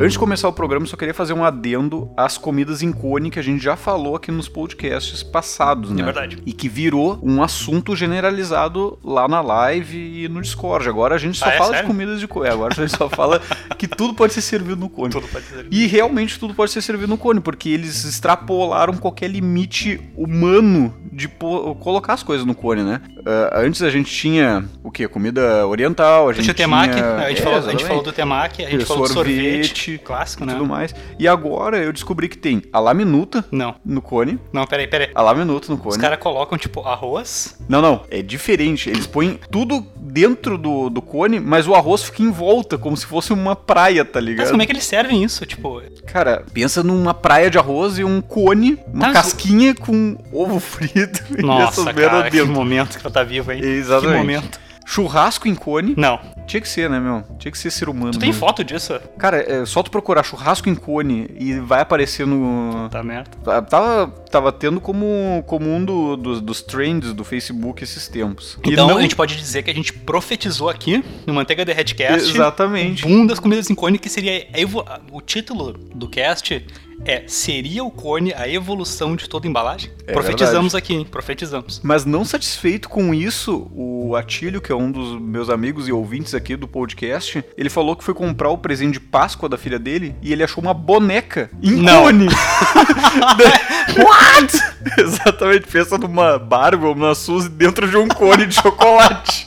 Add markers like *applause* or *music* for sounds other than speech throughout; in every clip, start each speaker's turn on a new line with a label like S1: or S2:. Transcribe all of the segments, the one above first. S1: Antes de começar o programa, eu só queria fazer um adendo às comidas em cone que a gente já falou aqui nos podcasts passados, né?
S2: É verdade.
S1: E que virou um assunto generalizado lá na live e no Discord. Agora a gente só
S2: Ah, é?
S1: fala de
S2: Sério?
S1: comidas de cone. Agora a gente só
S3: *laughs*
S1: fala que tudo pode ser servido no cone.
S2: Tudo pode ser.
S1: E realmente tudo pode ser servido no cone, porque eles extrapolaram qualquer limite humano de po- colocar as coisas no cone, né? Ah, antes a gente tinha o quê? Comida oriental, a gente
S3: Tinha o
S1: tinha...
S3: temaki, né? a gente,
S1: É,
S3: falou, a gente
S1: exatamente.
S3: falou do temaki, a gente
S1: Tinha
S3: falou do sorvete,
S1: sorvete,
S3: clássico,
S1: e
S3: né?
S1: tudo mais. E agora eu descobri que tem a laminuta
S3: Não,
S1: no cone,
S3: não, peraí, peraí.
S1: a laminuta no
S3: Os
S1: cone.
S3: caras colocam, tipo, arroz.
S1: Não, não, é diferente. Eles põem tudo dentro do, do cone, mas o arroz fica em volta, como se fosse uma praia, tá
S3: Mas
S1: ligado?
S3: como é que eles servem
S1: *laughs*
S3: isso? Tipo,
S1: Cara, pensa numa praia de arroz e um cone, uma
S3: Tá, mas-
S1: casquinha com ovo frito *laughs*
S3: nossa,
S1: beira
S3: cara, que momento que ela tá viva, hein?
S1: Exatamente.
S3: Que momento.
S1: Churrasco em cone.
S3: Não.
S1: Tinha que ser, né, meu? Tinha que ser ser humano.
S3: Tu tem
S1: né?
S3: foto disso?
S1: Cara, é só tu procurar churrasco em cone e vai aparecer no.
S3: Tá merda.
S1: Tá- Tava, tava tendo como, como um do- dos, dos trends do Facebook esses tempos. E
S3: Então
S1: não-
S3: a gente pode dizer que a gente profetizou aqui no Manteiga The Headcast
S1: Exatamente.
S3: um das comidas em cone que seria a evo- o título do cast é seria o cone a evolução de toda embalagem?
S1: É
S3: profetizamos aqui, hein? Profetizamos.
S1: Mas não satisfeito com isso, o Atílio, que é um dos meus amigos e ouvintes aqui do podcast, ele falou que foi comprar o presente de Páscoa da filha dele e ele achou uma boneca em
S3: Não.
S1: cone.
S3: *laughs*
S1: What? *laughs* Exatamente, pensa numa Barbie ou numa Suzy dentro de um cone de chocolate.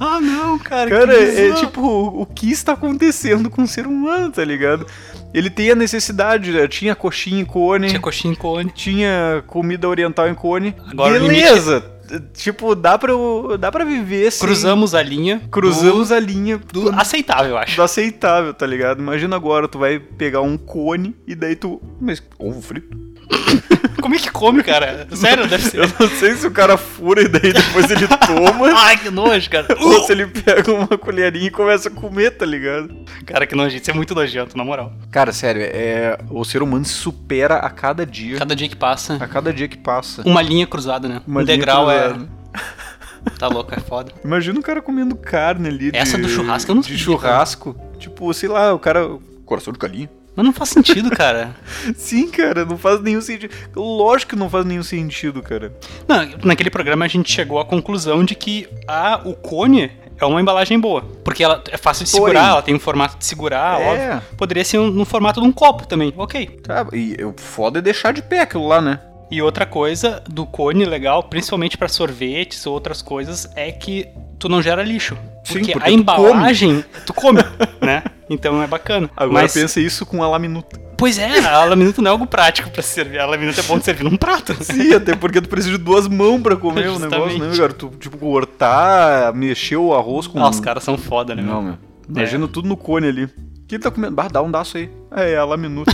S3: Ah, não, cara.
S1: Cara, é tipo, o que está acontecendo com o ser humano, tá ligado? Ele tem a necessidade, né? tinha coxinha em cone
S3: tinha coxinha em cone.
S1: tinha comida oriental em cone.
S3: Agora o
S1: Beleza! Tipo, dá pra, eu- dá pra viver sem...
S3: Cruzamos a linha.
S1: Cruzamos a linha
S3: do, do aceitável, eu acho.
S1: do aceitável, tá ligado? Imagina agora, tu vai pegar um cone e daí tu... Mas ovo frito? *laughs*
S3: Como é que come, cara? *laughs* Sério, deve
S1: Eu
S3: ser.
S1: não sei se o cara fura e daí depois ele
S3: *laughs*
S1: toma...
S3: Ai, que nojo, cara.
S1: ou se ele pega uma colherinha e começa a comer, tá ligado?
S3: Cara, que nojento. Isso é muito nojento, na moral.
S1: Cara, sério, é... o ser humano se supera a cada dia,
S3: Cada dia que passa,
S1: a cada dia que passa.
S3: uma linha cruzada, né?
S1: Uma
S3: um
S1: linha
S3: degrau
S1: cruzada.
S3: é. *laughs* Tá louco, é foda.
S1: Imagina o cara comendo carne ali.
S3: Essa
S1: de-
S3: do churrasco eu não
S1: De
S3: sei,
S1: churrasco. Tipo, sei lá, o cara. Coração de galinha? *laughs*
S3: Mas não faz sentido, cara.
S1: Sim, cara, não faz nenhum sentido. Lógico que não faz nenhum sentido, cara.
S3: *laughs* Não, naquele programa a gente chegou à conclusão de que a, o cone é uma embalagem boa. Porque ela é fácil de segurar,
S1: Porém.
S3: ela tem um formato de segurar,
S1: É.
S3: óbvio. Poderia ser um- no formato de um copo também, ok.
S1: Tá, e o foda é deixar de pé aquilo lá, né?
S3: E outra coisa do cone legal, principalmente pra sorvetes ou outras coisas, é que tu não gera lixo.
S1: Sim,
S3: Porque,
S1: porque
S3: a
S1: tu
S3: embalagem, tu come, *laughs* né? Então é bacana.
S1: Agora
S3: Mas,
S1: pensa isso com a laminuta.
S3: Pois é, a laminuta não é algo prático pra se servir. A laminuta é bom de servir num prato. *laughs*
S1: Sim, *laughs* até porque tu precisa de duas mãos pra comer o negócio, né,
S3: Justamente.
S1: cara? Tu, tipo, cortar, mexer o arroz com.
S3: Ah, os caras são foda, né? meu?
S1: Não, meu. Imagina tudo no cone ali. O que ele tá comendo? Bah, dá um daço aí. É, é a laminuta.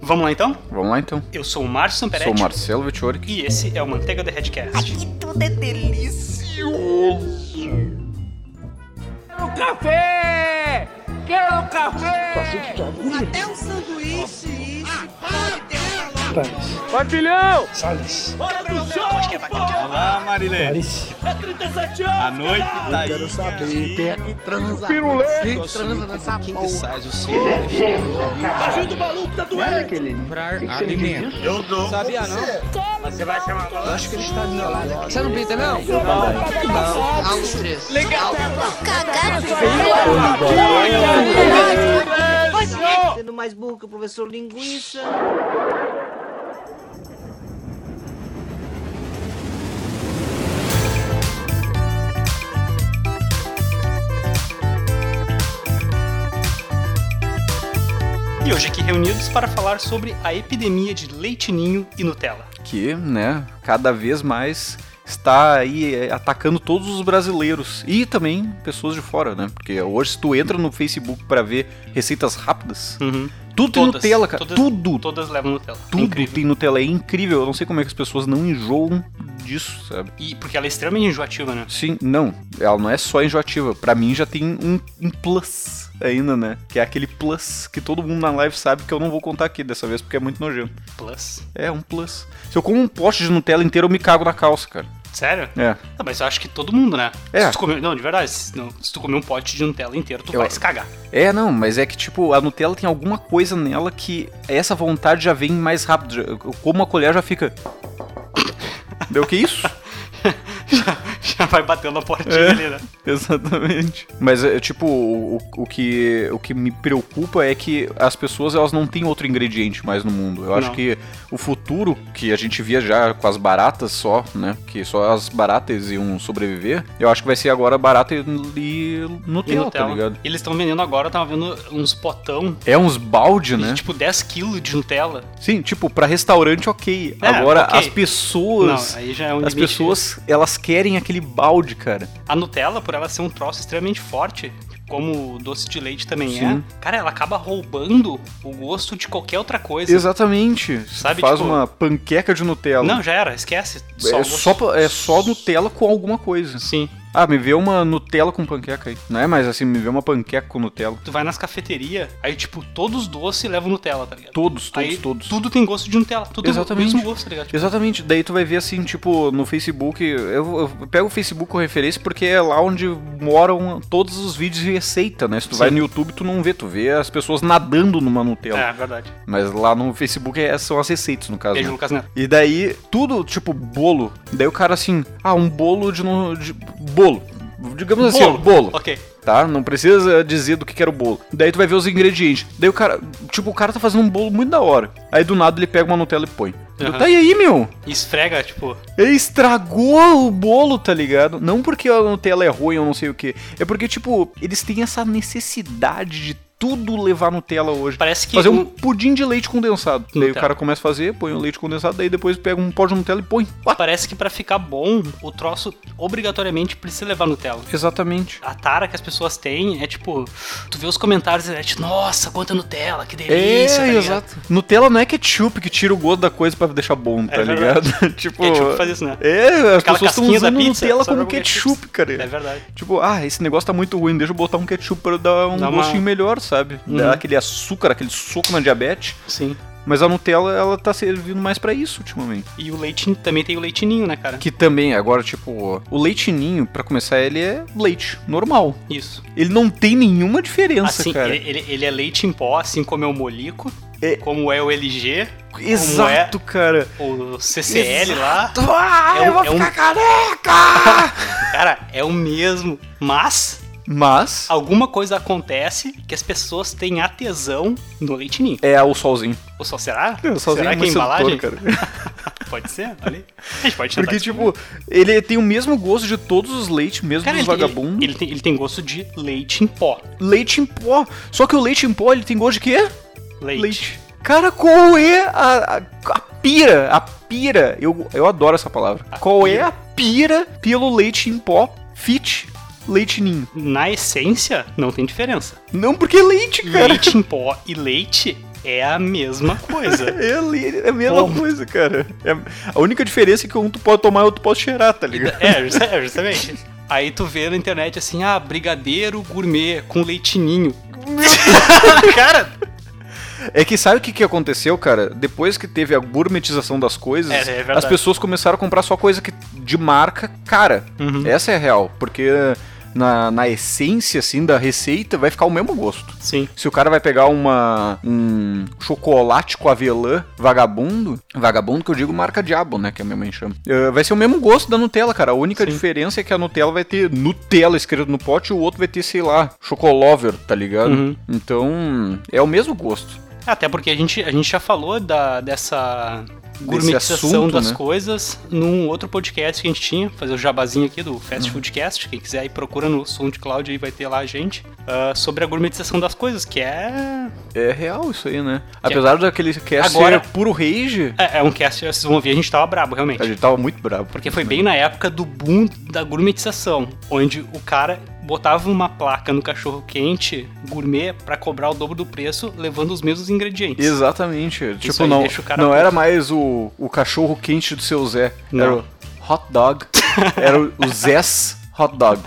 S3: Vamos lá então?
S1: *laughs* Vamos lá então.
S3: Eu sou o Márcio Samperetti.
S1: Sou o Marcelo Vecchiori.
S3: E esse é o Manteiga da Redcast.
S4: Aqui tudo é delícia.
S5: Quero café! Quero café!
S4: Até o sanduíche.
S5: Patilhão!
S6: Olá, Marilene.
S5: 37
S6: A
S5: anos!
S6: noite tá aí. Eu
S5: Pirulê!
S4: Transa nessa porra.
S6: o seu.
S5: Ajuda o maluco, tá doente!
S6: Eu dou. Sabia não?
S5: Você vai chamar o
S6: Acho que ele está violado aqui.
S7: Você não pinta, não?
S4: Sendo mais burro que o professor linguiça.
S3: E hoje aqui reunidos para falar sobre a epidemia de leitinho e Nutella.
S1: que, né, cada vez mais está aí é, atacando todos os brasileiros e também pessoas de fora, né? Porque hoje se tu entra no Facebook pra ver receitas rápidas,
S3: Uhum.
S1: tudo tem Nutella, cara.
S3: Todas,
S1: tudo,
S3: Todas levam Nutella.
S1: tudo
S3: Incrível.
S1: tem Nutella. É incrível. Eu não sei como é que as pessoas não enjoam disso, sabe?
S3: E porque ela é extremamente enjoativa, né?
S1: Sim, não. Ela não é só enjoativa. Pra mim já tem um, um plus ainda, né? Que é aquele plus que todo mundo na live sabe que eu não vou contar aqui dessa vez porque é muito nojento.
S3: Plus.
S1: É, um plus. Se eu como um poste de Nutella inteiro, eu me cago na calça, cara.
S3: Sério?
S1: É.
S3: Ah, mas eu acho que todo mundo, né?
S1: É.
S3: Se tu comer, não, de verdade, se, não- se tu comer um pote de Nutella inteiro, tu
S1: Eu-
S3: vai se cagar. *laughs*
S1: É, não, mas é que, tipo, a Nutella tem alguma coisa nela que essa vontade já vem mais rápido. já- eu como a colher já fica. Deu que isso?
S3: já, já vai batendo a portinha
S1: É.
S3: ali, né?
S1: *laughs* Exatamente. Mas, é, tipo, o, o- o que, o que me preocupa é que as pessoas elas não têm outro ingrediente mais no mundo. Eu acho
S3: Não.
S1: que o futuro que a gente via já com as baratas só, né? Que só as baratas iam sobreviver. Eu acho que vai ser agora barata e, e
S3: E
S1: Nutella, tá
S3: Nutella.
S1: ligado?
S3: Eles estão vendendo agora, eu tava vendo uns potão
S1: É uns balde, né?
S3: de tipo 10kg de Nutella.
S1: Sim, tipo, pra restaurante, ok.
S3: É,
S1: Agora,
S3: ok.
S1: as pessoas.
S3: não, aí já é um
S1: as
S3: limite.
S1: pessoas, elas querem aquele balde, cara.
S3: A Nutella, por ela ser um troço extremamente forte, como o doce de leite também
S1: Sim.
S3: é, cara, ela acaba roubando o gosto de qualquer outra coisa.
S1: Exatamente.
S3: tipo, Sabe,
S1: Faz
S3: tipo-
S1: uma panqueca de Nutella.
S3: Não, já era, esquece.
S1: é,
S3: o gosto.
S1: só, pa- é só Nutella com alguma coisa.
S3: Sim.
S1: Ah, me vê uma Nutella com panqueca aí. Não é mais assim, me vê uma panqueca com Nutella.
S3: Tu vai nas cafeterias, aí, tipo, todos os doces levam Nutella, tá ligado?
S1: Todos, todos,
S3: aí,
S1: todos.
S3: Tudo tem gosto de Nutella, tudo
S1: Exatamente.
S3: o mesmo gosto, tá ligado? Tipo,
S1: Exatamente, daí tu vai ver assim, tipo, no Facebook. Eu, eu pego o Facebook como referência porque é lá onde moram todos os vídeos de receita, né? Se tu
S3: Sim.
S1: vai no YouTube, tu não vê, tu vê as pessoas nadando numa Nutella.
S3: É, verdade.
S1: Mas lá no Facebook é- são as receitas, no caso.
S3: Beijo,
S1: né?
S3: Lucas Neto.
S1: E daí, tudo, tipo, bolo. Daí o cara assim, ah, um bolo de. no- de- bolo. Digamos assim, ó, bolo.
S3: Ok.
S1: Tá? Não precisa dizer do que que era o bolo. Daí tu vai ver os ingredientes. Daí o cara. Tipo, o cara tá fazendo um bolo muito da hora. Aí do nada ele pega uma Nutella e põe. Eu,
S3: Aham.
S1: Tá e aí, meu?
S3: E esfrega, tipo,
S1: Ele estragou o bolo, tá ligado? Não porque a Nutella é ruim ou não sei o que. É porque, tipo, eles têm essa necessidade de tudo levar Nutella hoje.
S3: parece que.
S1: Fazer um
S3: o-
S1: pudim de leite condensado. Daí o
S3: Nutella.
S1: cara começa a fazer, põe o leite condensado, daí depois pega um pó de Nutella e põe. What?
S3: Parece que pra ficar bom, o troço obrigatoriamente precisa levar Nutella.
S1: Exatamente.
S3: A tara que as pessoas têm é tipo, tu vê os comentários e é tipo, nossa, quanta Nutella,
S1: É,
S3: que delícia, tá ligado?
S1: Nutella não é ketchup que tira o gosto da coisa pra deixar bom, tá
S3: É
S1: ligado? *laughs*
S3: verdade. *laughs*
S1: tipo.
S3: É tipo fazer isso, né?
S1: É, as pessoas estão
S3: casquinha da
S1: usando
S3: pizza,
S1: Nutella
S3: só
S1: como
S3: joga
S1: ketchup,
S3: ketchup.
S1: cara.
S3: É verdade.
S1: Tipo, ah, esse negócio tá muito ruim, deixa eu botar um ketchup pra dar um
S3: Dá uma-
S1: gostinho melhor, sabe?
S3: Uhum.
S1: Dar aquele açúcar, aquele soco na diabetes.
S3: Sim.
S1: Mas a Nutella, ela tá servindo mais pra isso ultimamente.
S3: E o leite também tem o leitinho, né, cara?
S1: Que também, agora, tipo, o leitinho, pra começar, ele é leite, normal.
S3: Isso.
S1: Ele não tem nenhuma diferença,
S3: Assim,
S1: cara.
S3: ele, ele- ele é leite em pó, assim como é o Molico,
S1: É.
S3: como é o LG,
S1: Exato, cara.
S3: o CCL lá.
S1: Ah,
S3: É um-
S1: eu vou
S3: é um-
S1: ficar *laughs* careca!
S3: Cara, é o mesmo. Mas
S1: Mas
S3: alguma coisa acontece que as pessoas têm a tesão no leite ninho.
S1: é o solzinho.
S3: Ou só será?
S1: O solzinho
S3: será
S1: é
S3: que é
S1: muito sedutor,
S3: embalagem? *laughs*
S1: cara.
S3: Pode ser, olha aí. A gente pode tentar
S1: Porque,
S3: descobrir.
S1: tipo, ele tem o mesmo gosto de todos tipo, os leites, mesmo
S3: Cara,
S1: dos
S3: ele,
S1: vagabundos.
S3: ele, ele tem, ele tem gosto de leite em pó.
S1: Leite em pó. Só que o leite em pó, ele tem gosto de quê?
S3: Leite.
S1: Cara, qual é a, a, a pira? A pira. Eu, eu adoro essa palavra.
S3: A
S1: qual é
S3: pira.
S1: a pira pelo leite em pó fit leite ninho?
S3: Na essência, não tem diferença.
S1: Não, porque é leite, cara.
S3: Leite em pó e leite é a mesma
S1: *laughs*
S3: coisa.
S1: É, le- é a mesma
S3: Bom.
S1: coisa, cara. É, a única diferença é que um tu pode tomar e outro pode cheirar, tá ligado?
S3: é, justa- é, justamente. Aí tu vê na internet assim, ah, brigadeiro gourmet com leitinho. Cara,
S1: É que sabe o que, que aconteceu, cara? Depois que teve a gourmetização das coisas,
S3: É, é verdade.
S1: as pessoas começaram a comprar só coisa que, de marca cara.
S3: Uhum.
S1: Essa é a real, porque na, na essência, assim, da receita vai ficar o mesmo gosto.
S3: sim.
S1: Se o cara vai pegar uma um chocolate com avelã vagabundo, vagabundo que eu digo marca diabo, né, que a minha mãe chama. eh, vai ser o mesmo gosto da Nutella, cara. A única
S3: Sim.
S1: diferença é que a Nutella vai ter Nutella escrito no pote e o outro vai ter, sei lá, chocolover, tá ligado?
S3: Uhum.
S1: Então, é o mesmo gosto.
S3: Até porque a gente, a gente já falou da, dessa gourmetização
S1: assunto,
S3: das
S1: né?
S3: coisas num outro podcast que a gente tinha, fazer o jabazinho aqui do
S1: Uhum.
S3: Fast Foodcast, quem quiser aí procura no SoundCloud aí vai ter lá a gente, ah, sobre a gourmetização das coisas, que é...
S1: É real isso aí, né? Apesar daquele cast
S3: Agora-
S1: ser puro rage,
S3: É, é um cast, vocês vão ver, a gente tava brabo,
S1: a
S3: realmente.
S1: gente tava muito bravo.
S3: Porque foi bem na época do boom da gourmetização, onde o cara botava uma placa no cachorro quente gourmet pra cobrar o dobro do preço, levando os mesmos ingredientes.
S1: Exatamente. tipo,
S3: aí
S1: não,
S3: deixa o cara
S1: não
S3: puto.
S1: era mais o, o cachorro quente do seu Zé. Era
S3: Não.
S1: o hot dog. era o, o Zé's hot
S3: *laughs*
S1: dog.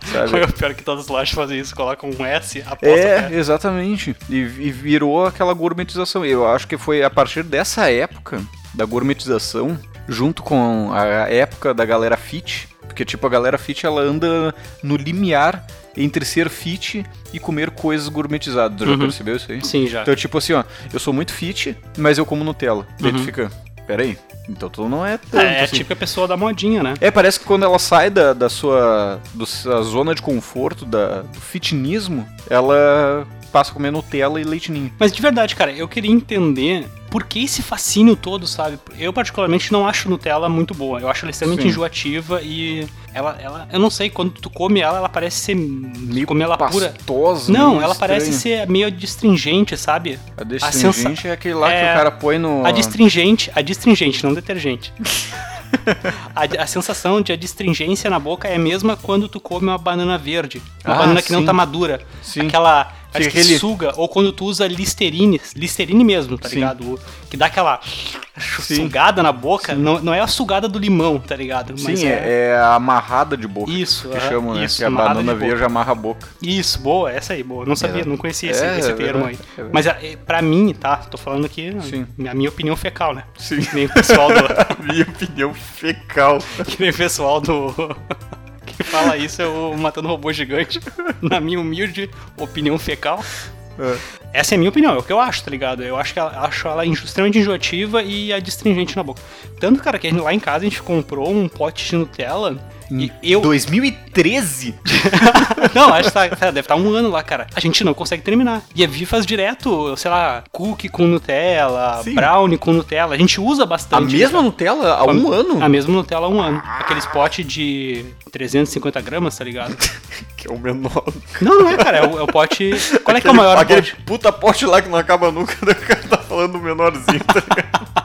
S3: Foi
S1: Sabe?
S3: o pior que todas as lojas fazem isso, colocam um S, aposta
S1: É, exatamente. E, e virou aquela gourmetização. Eu acho que foi a partir dessa época da gourmetização junto com a época da galera fit, porque tipo a galera fit ela anda no limiar entre ser fit e comer coisas gourmetizadas. Tu já
S3: Uhum.
S1: percebeu isso aí?
S3: Sim, já.
S1: Então, tipo assim, ó, eu sou muito fit, mas eu como Nutella. Daí tu
S3: Uhum.
S1: fica, peraí, então tu não é tanto
S3: É, é a
S1: assim.
S3: típica pessoa da modinha, né?
S1: É, parece que quando ela sai da, da sua do- da zona de conforto, da, do fitnismo, ela passa a comer Nutella e leite ninho.
S3: Mas de verdade, cara, eu queria entender por que esse fascínio todo, sabe? Eu, particularmente, não acho Nutella muito boa. Eu acho ela extremamente
S1: Sim.
S3: enjoativa e ela, ela. Eu não sei, quando tu come ela, ela parece ser. Meio comer ela pura.
S1: Pastosa,
S3: Não,
S1: meio
S3: ela parece
S1: estranha.
S3: ser meio distringente, sabe?
S1: A
S3: a
S1: destringente
S3: sensa-
S1: é aquele lá que
S3: é,
S1: o cara põe no...
S3: A distringente, a distringente, não detergente. *laughs* a, a sensação de adstringência na boca é a mesma quando tu come uma banana verde. Uma
S1: Ah,
S3: banana que não
S1: sim.
S3: tá madura.
S1: Sim.
S3: Aquela.
S1: Que
S3: acho que
S1: aquele-
S3: suga, ou quando tu usa listerine, listerine mesmo, tá
S1: Sim.
S3: ligado? O- Que dá aquela
S1: Sim.
S3: sugada na boca, não, não é a sugada do limão, tá ligado?
S1: Sim, é, é a amarrada de boca.
S3: Isso,
S1: Que
S3: aham,
S1: chamam, né?
S3: isso,
S1: que a
S3: amarrada
S1: banana
S3: de boca.
S1: verde amarra a boca. *laughs*
S3: Isso, boa, essa aí, boa. Não sabia, não conhecia esse,
S1: É,
S3: esse
S1: é
S3: termo
S1: verdade,
S3: aí.
S1: é verdade.
S3: Mas é, pra mim, tá? Tô falando aqui
S1: Sim.
S3: a minha opinião fecal, né?
S1: Sim.
S3: Que nem o pessoal do. *laughs*
S1: Minha opinião fecal.
S3: que nem o pessoal do. *laughs* que fala isso é o Matando Robô Gigante. *laughs* Na minha humilde opinião fecal. Essa é a minha opinião, é o que eu acho, tá ligado? Eu acho que ela, acho ela enjo- extremamente enjoativa e adstringente na boca. Tanto, cara, que a gente- lá em casa a gente comprou um pote de Nutella e eu.
S1: 2013?
S3: *laughs* Não, acho que tá, tá- deve estar um ano lá, cara. A gente não consegue terminar. E a Vivi faz direto, sei lá, cookie com Nutella,
S1: Sim.
S3: brownie com Nutella. A gente usa
S1: A
S3: bastante.
S1: mesma Nutella há um ano?
S3: A mesma Nutella há um ano. Aqueles potes de 350 gramas, tá ligado?
S1: Que é o menor.
S3: Não, não é, cara. É o, é o
S1: *laughs*
S3: pote. Qual é que é o maior
S1: aquele
S3: pote?
S1: puta pote lá que não acaba nunca, *laughs* o cara tá falando do menorzinho, tá ligado?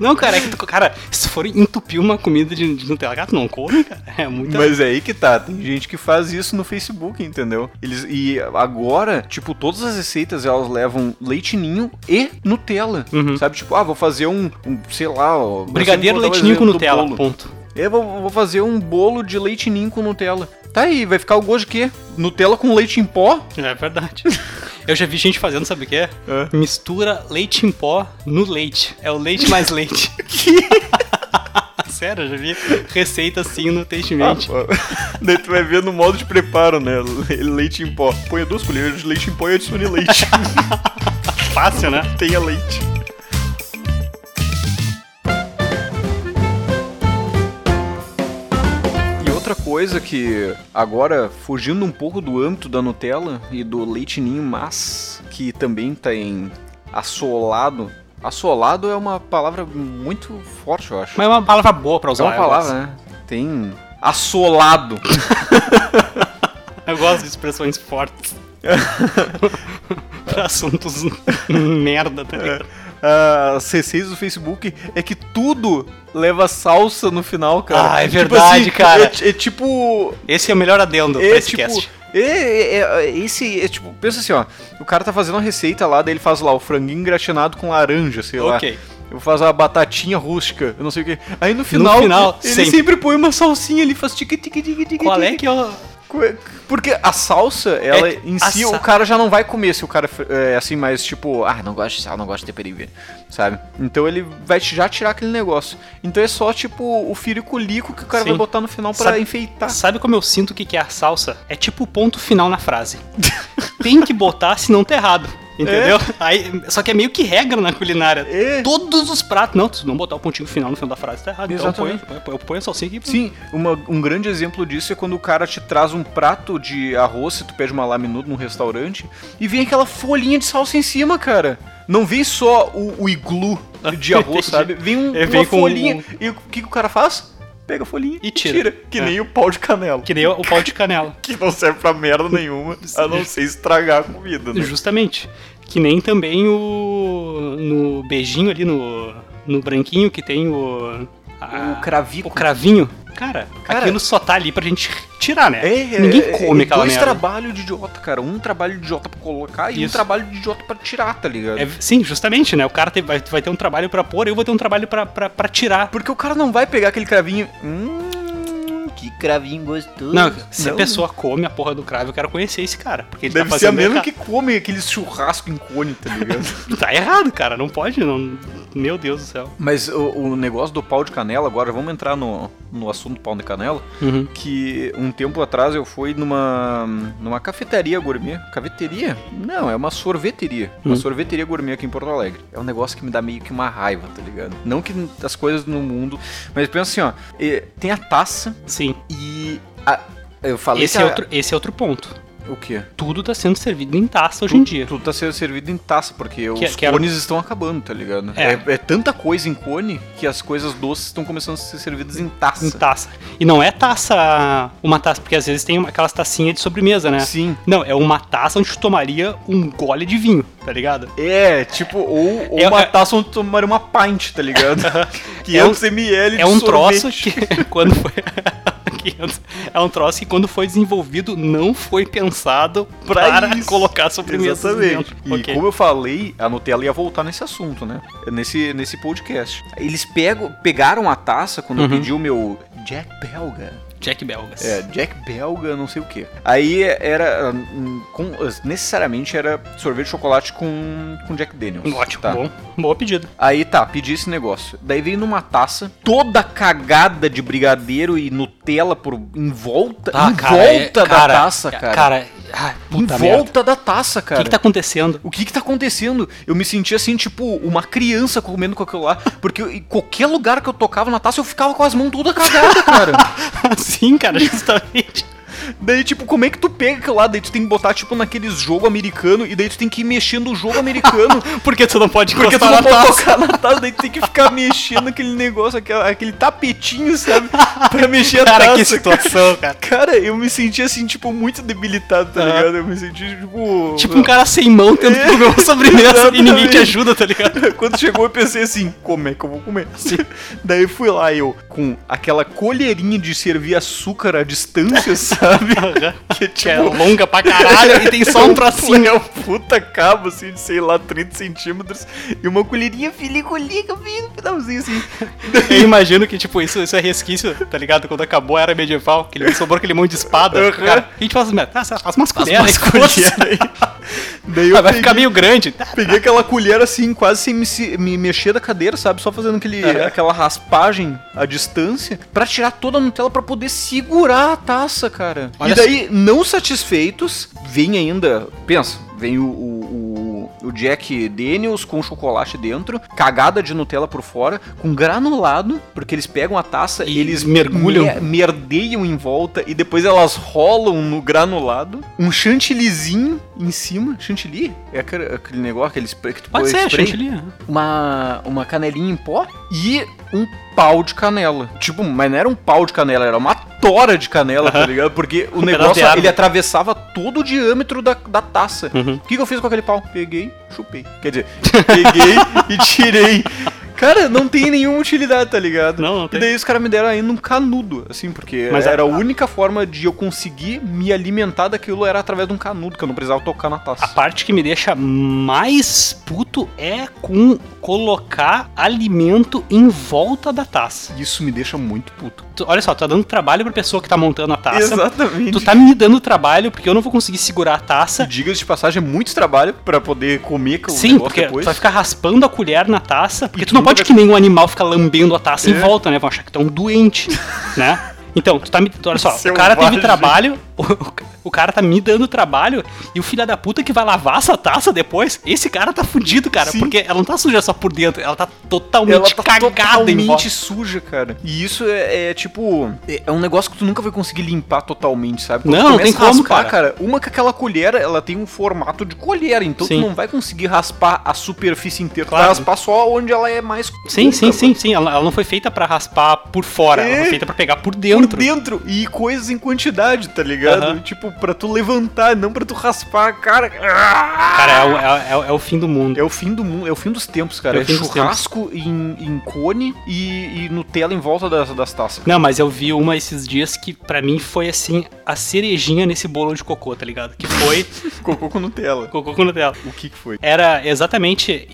S3: Não, cara, é que tu, cara, se for entupir uma comida de, de Nutella, cara, tu não come, cara. É muito.
S1: Mas é aí que tá, tem gente que faz isso no Facebook, entendeu? Eles, e agora, tipo, todas as receitas elas levam leite ninho e Nutella,
S3: Uhum.
S1: sabe? Tipo, ah, vou fazer um, um, sei lá... ó,
S3: Brigadeiro
S1: vou botar o
S3: leitinho com
S1: exemplo do
S3: Nutella,
S1: bolo.
S3: ponto.
S1: Eu vou, vou fazer um bolo de leite ninho com Nutella. Tá aí, vai ficar o gosto de quê? Nutella com leite em pó?
S3: *laughs* É verdade. Eu já vi gente fazendo, sabe o que é?
S1: É.
S3: Mistura leite em pó no leite. É o leite
S1: *laughs*
S3: mais leite. *laughs* Sério, eu já vi receita assim no Tastemente.
S1: Daí tu vai ver no modo de preparo, né? Le- Leite em pó. Ponha duas colheres de leite em pó e adicione leite. Ah,
S3: Fácil, né?
S1: Tenha leite. E outra coisa que agora fugindo um pouco do âmbito da Nutella e do leite ninho, mas que também tá em assolado. Assolado é uma palavra muito forte, eu acho.
S3: Mas é uma palavra boa pra
S1: é
S3: usar.
S1: uma
S3: eu
S1: palavra, né? Tem assolado. né?
S3: gosto. Eu gosto de
S1: *laughs*
S3: expressões fortes. pra assuntos *laughs* merda, tá ligado?
S1: Ah, C6 do Facebook é que tudo leva salsa no final, cara. Tipo
S3: Ah, é verdade, cara.
S1: É, ti- é tipo.
S3: Esse é o melhor adendo pra
S1: É
S3: esse
S1: tipo.
S3: cast.
S1: é- é- é- esse é tipo. Pensa assim, ó. O cara tá fazendo uma receita lá, daí ele faz lá o franguinho gratinado com laranja, sei lá.
S3: Ok.
S1: Eu faço a batatinha rústica, eu não sei o que. Aí no final,
S3: final,
S1: ele
S3: sempre.
S1: sempre. põe uma salsinha ali, faz tique tique tique tique.
S3: Qual é que eu.
S1: Que... Porque a salsa, ela
S3: É que
S1: em
S3: a
S1: si,
S3: sa-
S1: o cara já não vai comer se o cara é assim, mais tipo, ah, não gosto de sal, não gosto de temperinho, sabe? Então ele vai te- já tirar aquele negócio. Então é só tipo o firiculico que o cara
S3: Sim.
S1: vai botar no final pra
S3: Sabe-
S1: enfeitar.
S3: Sabe como eu sinto que que é a salsa? É tipo o ponto final na frase. *laughs* Tem que botar, senão tá errado. Entendeu? Aí, só que é meio que regra na culinária.
S1: É.
S3: Todos os pratos. Não, se não botar o pontinho final no final da frase, tá errado.
S1: Exatamente.
S3: Então põe, põe, eu ponho a salsinha aqui.
S1: Sim, uma- um grande exemplo disso é quando o cara te traz um prato de arroz, se tu pede uma laminuta num restaurante, e vem aquela folhinha de salsa em cima, cara. Não vem só o, o iglu
S3: *laughs*
S1: de arroz,
S3: Entendi.
S1: sabe? Vem um-
S3: É,
S1: uma
S3: vem com
S1: folhinha.
S3: um-
S1: E o que, que o cara faz? Pega a folhinha
S3: E tira.
S1: Que
S3: É.
S1: nem o pau de canela.
S3: Que nem o pau de
S1: *laughs*
S3: canela.
S1: Que não serve pra merda
S3: *laughs*
S1: nenhuma, a não ser estragar a comida, né?
S3: Justamente. Que nem também o. No beijinho ali, no. No branquinho que tem o. a-
S1: O cravico.
S3: O cravinho. Cara,
S1: Cara-
S3: aquilo só tá ali pra gente tirar, né?
S1: É,
S3: Ninguém
S1: é,
S3: come
S1: é,
S3: aquela
S1: dois
S3: merda.
S1: trabalho de idiota, cara. Um trabalho de idiota pra colocar e um
S3: Isso.
S1: trabalho de idiota pra tirar, tá ligado?
S3: É, sim, justamente, né? O cara tem- vai, vai ter um trabalho pra pôr, eu vou ter um trabalho pra, pra, pra tirar.
S1: Porque o cara não vai pegar aquele cravinho. Hum,
S2: que cravinho gostoso.
S3: Não, se a
S1: Não.
S3: pessoa come a porra do cravo, eu quero conhecer esse cara. Porque ele
S1: Deve
S3: tá
S1: ser a
S3: fazendo
S1: mesma
S3: erra-
S1: que come aquele churrasco em cone, tá ligado?
S3: Tá errado, cara. Não pode, não. Meu Deus do céu.
S1: *laughs* Mas o, o negócio do pau de canela, agora vamos entrar no, no assunto pau de canela,
S3: Uhum.
S1: que um tempo atrás eu fui numa, numa cafeteria gourmet. Cafeteria? Não, é uma sorveteria.
S3: Hum.
S1: Uma sorveteria gourmet aqui em Porto Alegre. É um negócio que me dá meio que uma raiva, tá ligado? Não que as coisas no mundo... Mas pensa assim, ó, eh, tem a taça
S3: Sim.
S1: e... a- eu falei
S3: Esse
S1: que
S3: é,
S1: a-
S3: outro, esse é outro ponto.
S1: O quê?
S3: Tudo tá sendo servido em taça hoje em dia.
S1: Tudo tá sendo servido em taça, porque os
S3: que era-
S1: cones estão acabando, tá ligado?
S3: É.
S1: É. é tanta coisa em cone que as coisas doces estão começando a ser servidas em taça.
S3: Em taça. E não é taça, uma taça, porque às vezes tem uma- aquelas tacinhas de sobremesa, né?
S1: Sim.
S3: Não, é uma taça onde tu tomaria um gole de vinho, tá ligado?
S1: É, tipo, ou, ou
S3: É-
S1: uma
S3: é-
S1: taça onde tomaram uma pint, tá
S3: *laughs*
S1: ligado? *laughs* 500 ml de
S3: É um
S1: sorvete.
S3: troço que *laughs* quando foi. 500 É um troço que quando foi desenvolvido não foi pensado
S1: Pra
S3: para
S1: isso.
S3: colocar sobremesa
S1: Exatamente. E
S3: né? Ok.
S1: como eu falei, a Nutella ia voltar nesse assunto, né? Nesse, nesse podcast. Eles pegam, pegaram a taça quando eu
S3: Uhum.
S1: pedi o meu Jack Belga.
S3: Jack Belgas.
S1: É, Jack Belga, não sei o que. Aí era. hum, com- necessariamente era sorvete de chocolate com, com Jack Daniels.
S3: Ótimo,
S1: tá.
S3: bom. Boa pedida.
S1: Aí tá, pedi esse negócio. Daí veio numa taça, toda cagada de brigadeiro e Nutella por, em volta. em volta da taça, cara.
S3: Tá, Ah, é, Cara, ai,
S1: em
S3: puta
S1: volta
S3: merda.
S1: da taça,
S3: O
S1: cara.
S3: que, que tá acontecendo? *laughs*
S1: O que que tá acontecendo? Eu me sentia assim, tipo, uma criança comendo com aquilo lá. Porque eu- em qualquer lugar que eu tocava na taça, eu ficava com as mãos toda cagada,
S3: *laughs*
S1: cara.
S3: Sim, Assim, cara, justamente.
S1: Daí, tipo, como é que tu pega aquilo lá? Daí tu tem que botar, tipo, naqueles jogo americano e daí tu tem que ir mexendo o jogo
S3: *laughs*
S1: americano.
S3: Porque tu não pode
S1: Porque tu
S3: encostar
S1: não
S3: na
S1: pode
S3: taça.
S1: tocar na taça, daí tu tem que ficar mexendo aquele negócio, aquele, aquele tapetinho, sabe? Pra mexer a
S3: Cara,
S1: taça.
S3: que situação, cara.
S1: Cara, eu me senti assim, tipo, muito debilitado, tá
S3: Ah.
S1: ligado? Eu me senti, tipo.
S3: Tipo um cara sem mão tendo
S1: É,
S3: que comer uma sobremesa e ninguém te ajuda,
S1: *laughs*
S3: tá
S1: *laughs*
S3: ligado?
S1: Quando chegou, eu pensei assim: como é que eu vou comer? *laughs* Daí fui lá, eu, com aquela colherinha de servir açúcar à
S3: *laughs*
S1: distância, sabe? que
S3: Que é longa pra caralho e tem só um tracinho.
S1: É um puta cabo, assim, de sei lá, 30 centímetros. E uma colherinha filiculica, bem no finalzinho, assim.
S3: Eu imagino que, tipo, isso, isso é resquício, tá ligado? Quando acabou a era medieval, que ele sobrou aquele monte de espada.
S1: Uhum.
S3: Cara, a gente faz, umas- ah, sei lá, faz umas colheres, *laughs*
S1: umas colheres Daí
S3: Ah, Vai
S1: eu peguei,
S3: ficar meio grande.
S1: peguei aquela colher, assim, quase sem me, se- me mexer da cadeira, sabe? Só fazendo aquele,
S3: Aham.
S1: aquela raspagem à distância pra tirar toda a Nutella pra poder segurar a taça, cara.
S3: Olha
S1: e daí, não satisfeitos, vem ainda... Pensa, vem o... o- o- o Jack Daniels com chocolate dentro, cagada de Nutella por fora, com granulado, porque eles pegam a taça e
S3: E
S1: eles
S3: mergulham.
S1: me- merdeiam em volta e depois elas rolam no granulado. Um chantillyzinho em cima. Chantilly? É aquele, aquele negócio, aquele spray que tu
S3: Pode
S1: põe
S3: ser,
S1: spray?
S3: chantilly.
S1: Uma, uma canelinha em pó e um pau de canela. Tipo, mas não era um pau de canela, era uma tora de canela, tá ligado? *laughs* Porque o
S3: de
S1: negócio,
S3: árvore.
S1: ele atravessava todo o diâmetro da, da taça.
S3: Uhum.
S1: O que, que eu fiz com aquele pau? Peguei, chupei. Quer dizer, *laughs* peguei e tirei. Cara, não tem nenhuma utilidade, tá ligado?
S3: Não, não
S1: E
S3: tem.
S1: daí os caras me deram ainda um canudo, assim, porque
S3: Mas é-
S1: era
S3: a-
S1: a única forma de eu conseguir me alimentar daquilo era através de um canudo, que eu não precisava tocar na
S3: A
S1: taça.
S3: parte que me deixa mais puto é com colocar alimento em volta da taça.
S1: Isso me deixa muito puto.
S3: Tu- olha só, tu tá dando trabalho pra pessoa que tá montando a taça.
S1: Exatamente.
S3: Tu tá me dando trabalho porque eu não vou conseguir segurar a taça.
S1: Diga-se de passagem, é muito trabalho pra poder comer o
S3: Sim,
S1: um negócio
S3: porque
S1: depois.
S3: tu vai ficar raspando a colher na taça. Porque
S1: E
S3: tu não
S1: tu
S3: pode
S1: nunca
S3: que nem um animal ficar lambendo a taça em
S1: É.
S3: volta, né? Vão achar que tu é
S1: *laughs*
S3: um doente, né? Então, tu tá me. tu- Olha só, o cara
S1: Selvagem.
S3: teve trabalho, *laughs* o, o cara tá me dando trabalho, e o filho da puta que vai lavar essa taça depois, esse cara tá fudido, cara.
S1: Sim.
S3: Porque ela não tá suja só por dentro, ela tá totalmente
S1: Ela tá
S3: cagada em volta.
S1: totalmente suja, cara. E isso é, é, tipo. É é um negócio que tu nunca vai conseguir limpar totalmente, sabe?
S3: Não,
S1: tu
S3: não
S1: começa
S3: tem
S1: a
S3: como,
S1: raspar, cara. Uma com aquela colher, ela tem um formato de colher, então
S3: Sim.
S1: tu não vai conseguir raspar a superfície inteira. Tu
S3: Claro.
S1: vai raspar só onde ela é mais.
S3: Sim, sim,
S1: curta,
S3: sim, sim. Ela, ela não foi feita pra raspar por fora, ela
S1: É.
S3: foi feita pra pegar por
S1: por
S3: dentro.
S1: dentro e coisas em quantidade, tá ligado?
S3: Aham.
S1: Tipo, pra tu levantar, não pra tu raspar a cara.
S3: Cara, é o, é o- é o fim do mundo.
S1: É o fim do mundo, é o fim dos tempos, cara.
S3: É
S1: É,
S3: o fim dos
S1: churrasco em, em cone e, e Nutella em volta das, das taças.
S3: *laughs* Não, mas eu vi uma esses dias que pra mim foi assim a cerejinha nesse bolo de cocô, tá ligado? Que foi
S1: Cocô com Nutella.
S3: cocô com Nutella.
S1: O que que foi?
S3: Era exatamente.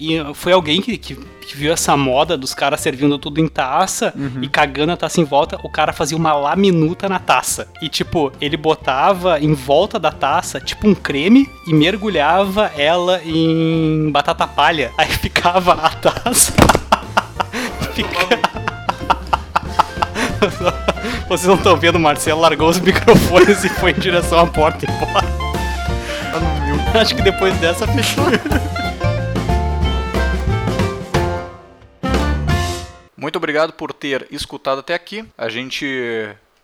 S3: E foi alguém que, que, que viu essa moda dos caras servindo tudo em taça e cagando a taça em volta. O cara fazia uma laminuta na taça. E, tipo, ele botava em volta da taça, tipo, um creme e mergulhava ela em batata palha. *laughs* Aí ficava a taça. *laughs* Fica... *laughs* Vocês não estão vendo, o Marcelo largou os microfones e foi em direção à porta e embora. Acho que depois dessa fechou.
S1: Muito obrigado por ter escutado até aqui. A gente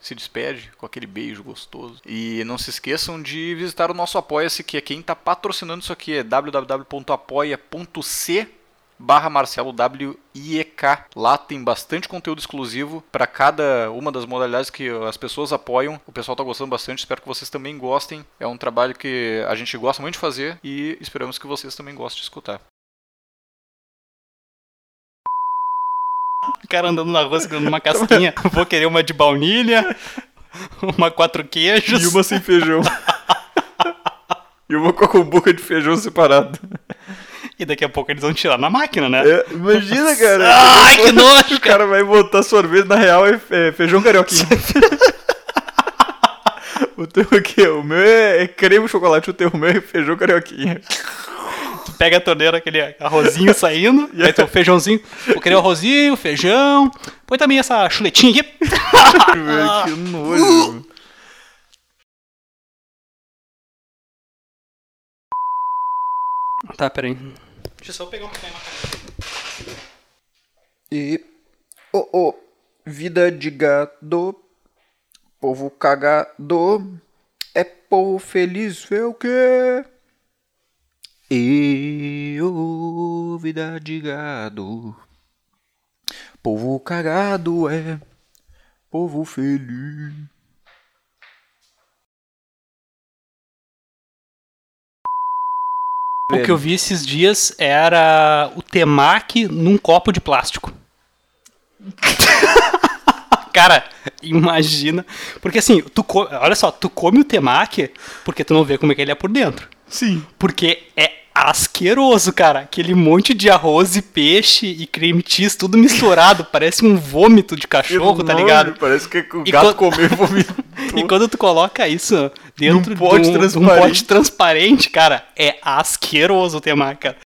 S1: se despede com aquele beijo gostoso. E não se esqueçam de visitar o nosso Apoia-se, que é quem tá patrocinando isso aqui. É www.apoia.c barra Marcelo WIEK. Lá tem bastante conteúdo exclusivo para cada uma das modalidades que as pessoas apoiam. O pessoal tá gostando bastante, espero que vocês também gostem. É um trabalho que a gente gosta muito de fazer e esperamos que vocês também gostem de escutar.
S3: O cara andando na rua segurando uma casquinha. *laughs* Vou querer uma de baunilha, *laughs* uma quatro queijos.
S1: E uma sem feijão. *laughs* e uma com a cumbuca de feijão separado.
S3: E daqui a pouco eles vão tirar na máquina, né?
S1: É, imagina, cara.
S3: Ai, que nojo,
S1: O cara vai botar sorvete, na real é, fe- é feijão *laughs* carioquinha. o teu o quê? O meu é, é creme chocolate, o teu o meu é feijão carioquinha.
S3: Pega a torneira, aquele arrozinho
S1: *laughs*
S3: saindo. aí tem o feijãozinho. Vou querer o arrozinho, feijão. Põe também essa chuletinha aqui.
S1: Meu, que nojo. mano.
S3: Tá, peraí. Deixa eu só pegar um pouquinho na cara.
S2: E. Oh, oh, vida de gado, povo cagado, é povo feliz, vê o quê? E. Oh, vida de gado, povo cagado é povo feliz.
S3: O que eu vi esses dias era o temaki num copo de plástico. *laughs* Cara, imagina. Porque assim, tu co- olha só, tu come o temaki porque tu não vê como é que ele é por dentro.
S1: Sim.
S3: Porque é asqueroso, cara. Aquele monte de arroz e peixe e creme cheese, tudo misturado. parece um vômito de cachorro, tá
S1: Nojo,
S3: ligado?
S1: Parece que o
S3: E
S1: gato
S3: quando-
S1: comeu e vomitou.
S3: *laughs* E quando tu coloca isso dentro
S1: Num pote
S3: de, um, de um
S1: transparente.
S3: pote transparente, cara, é asqueroso o temaki, cara.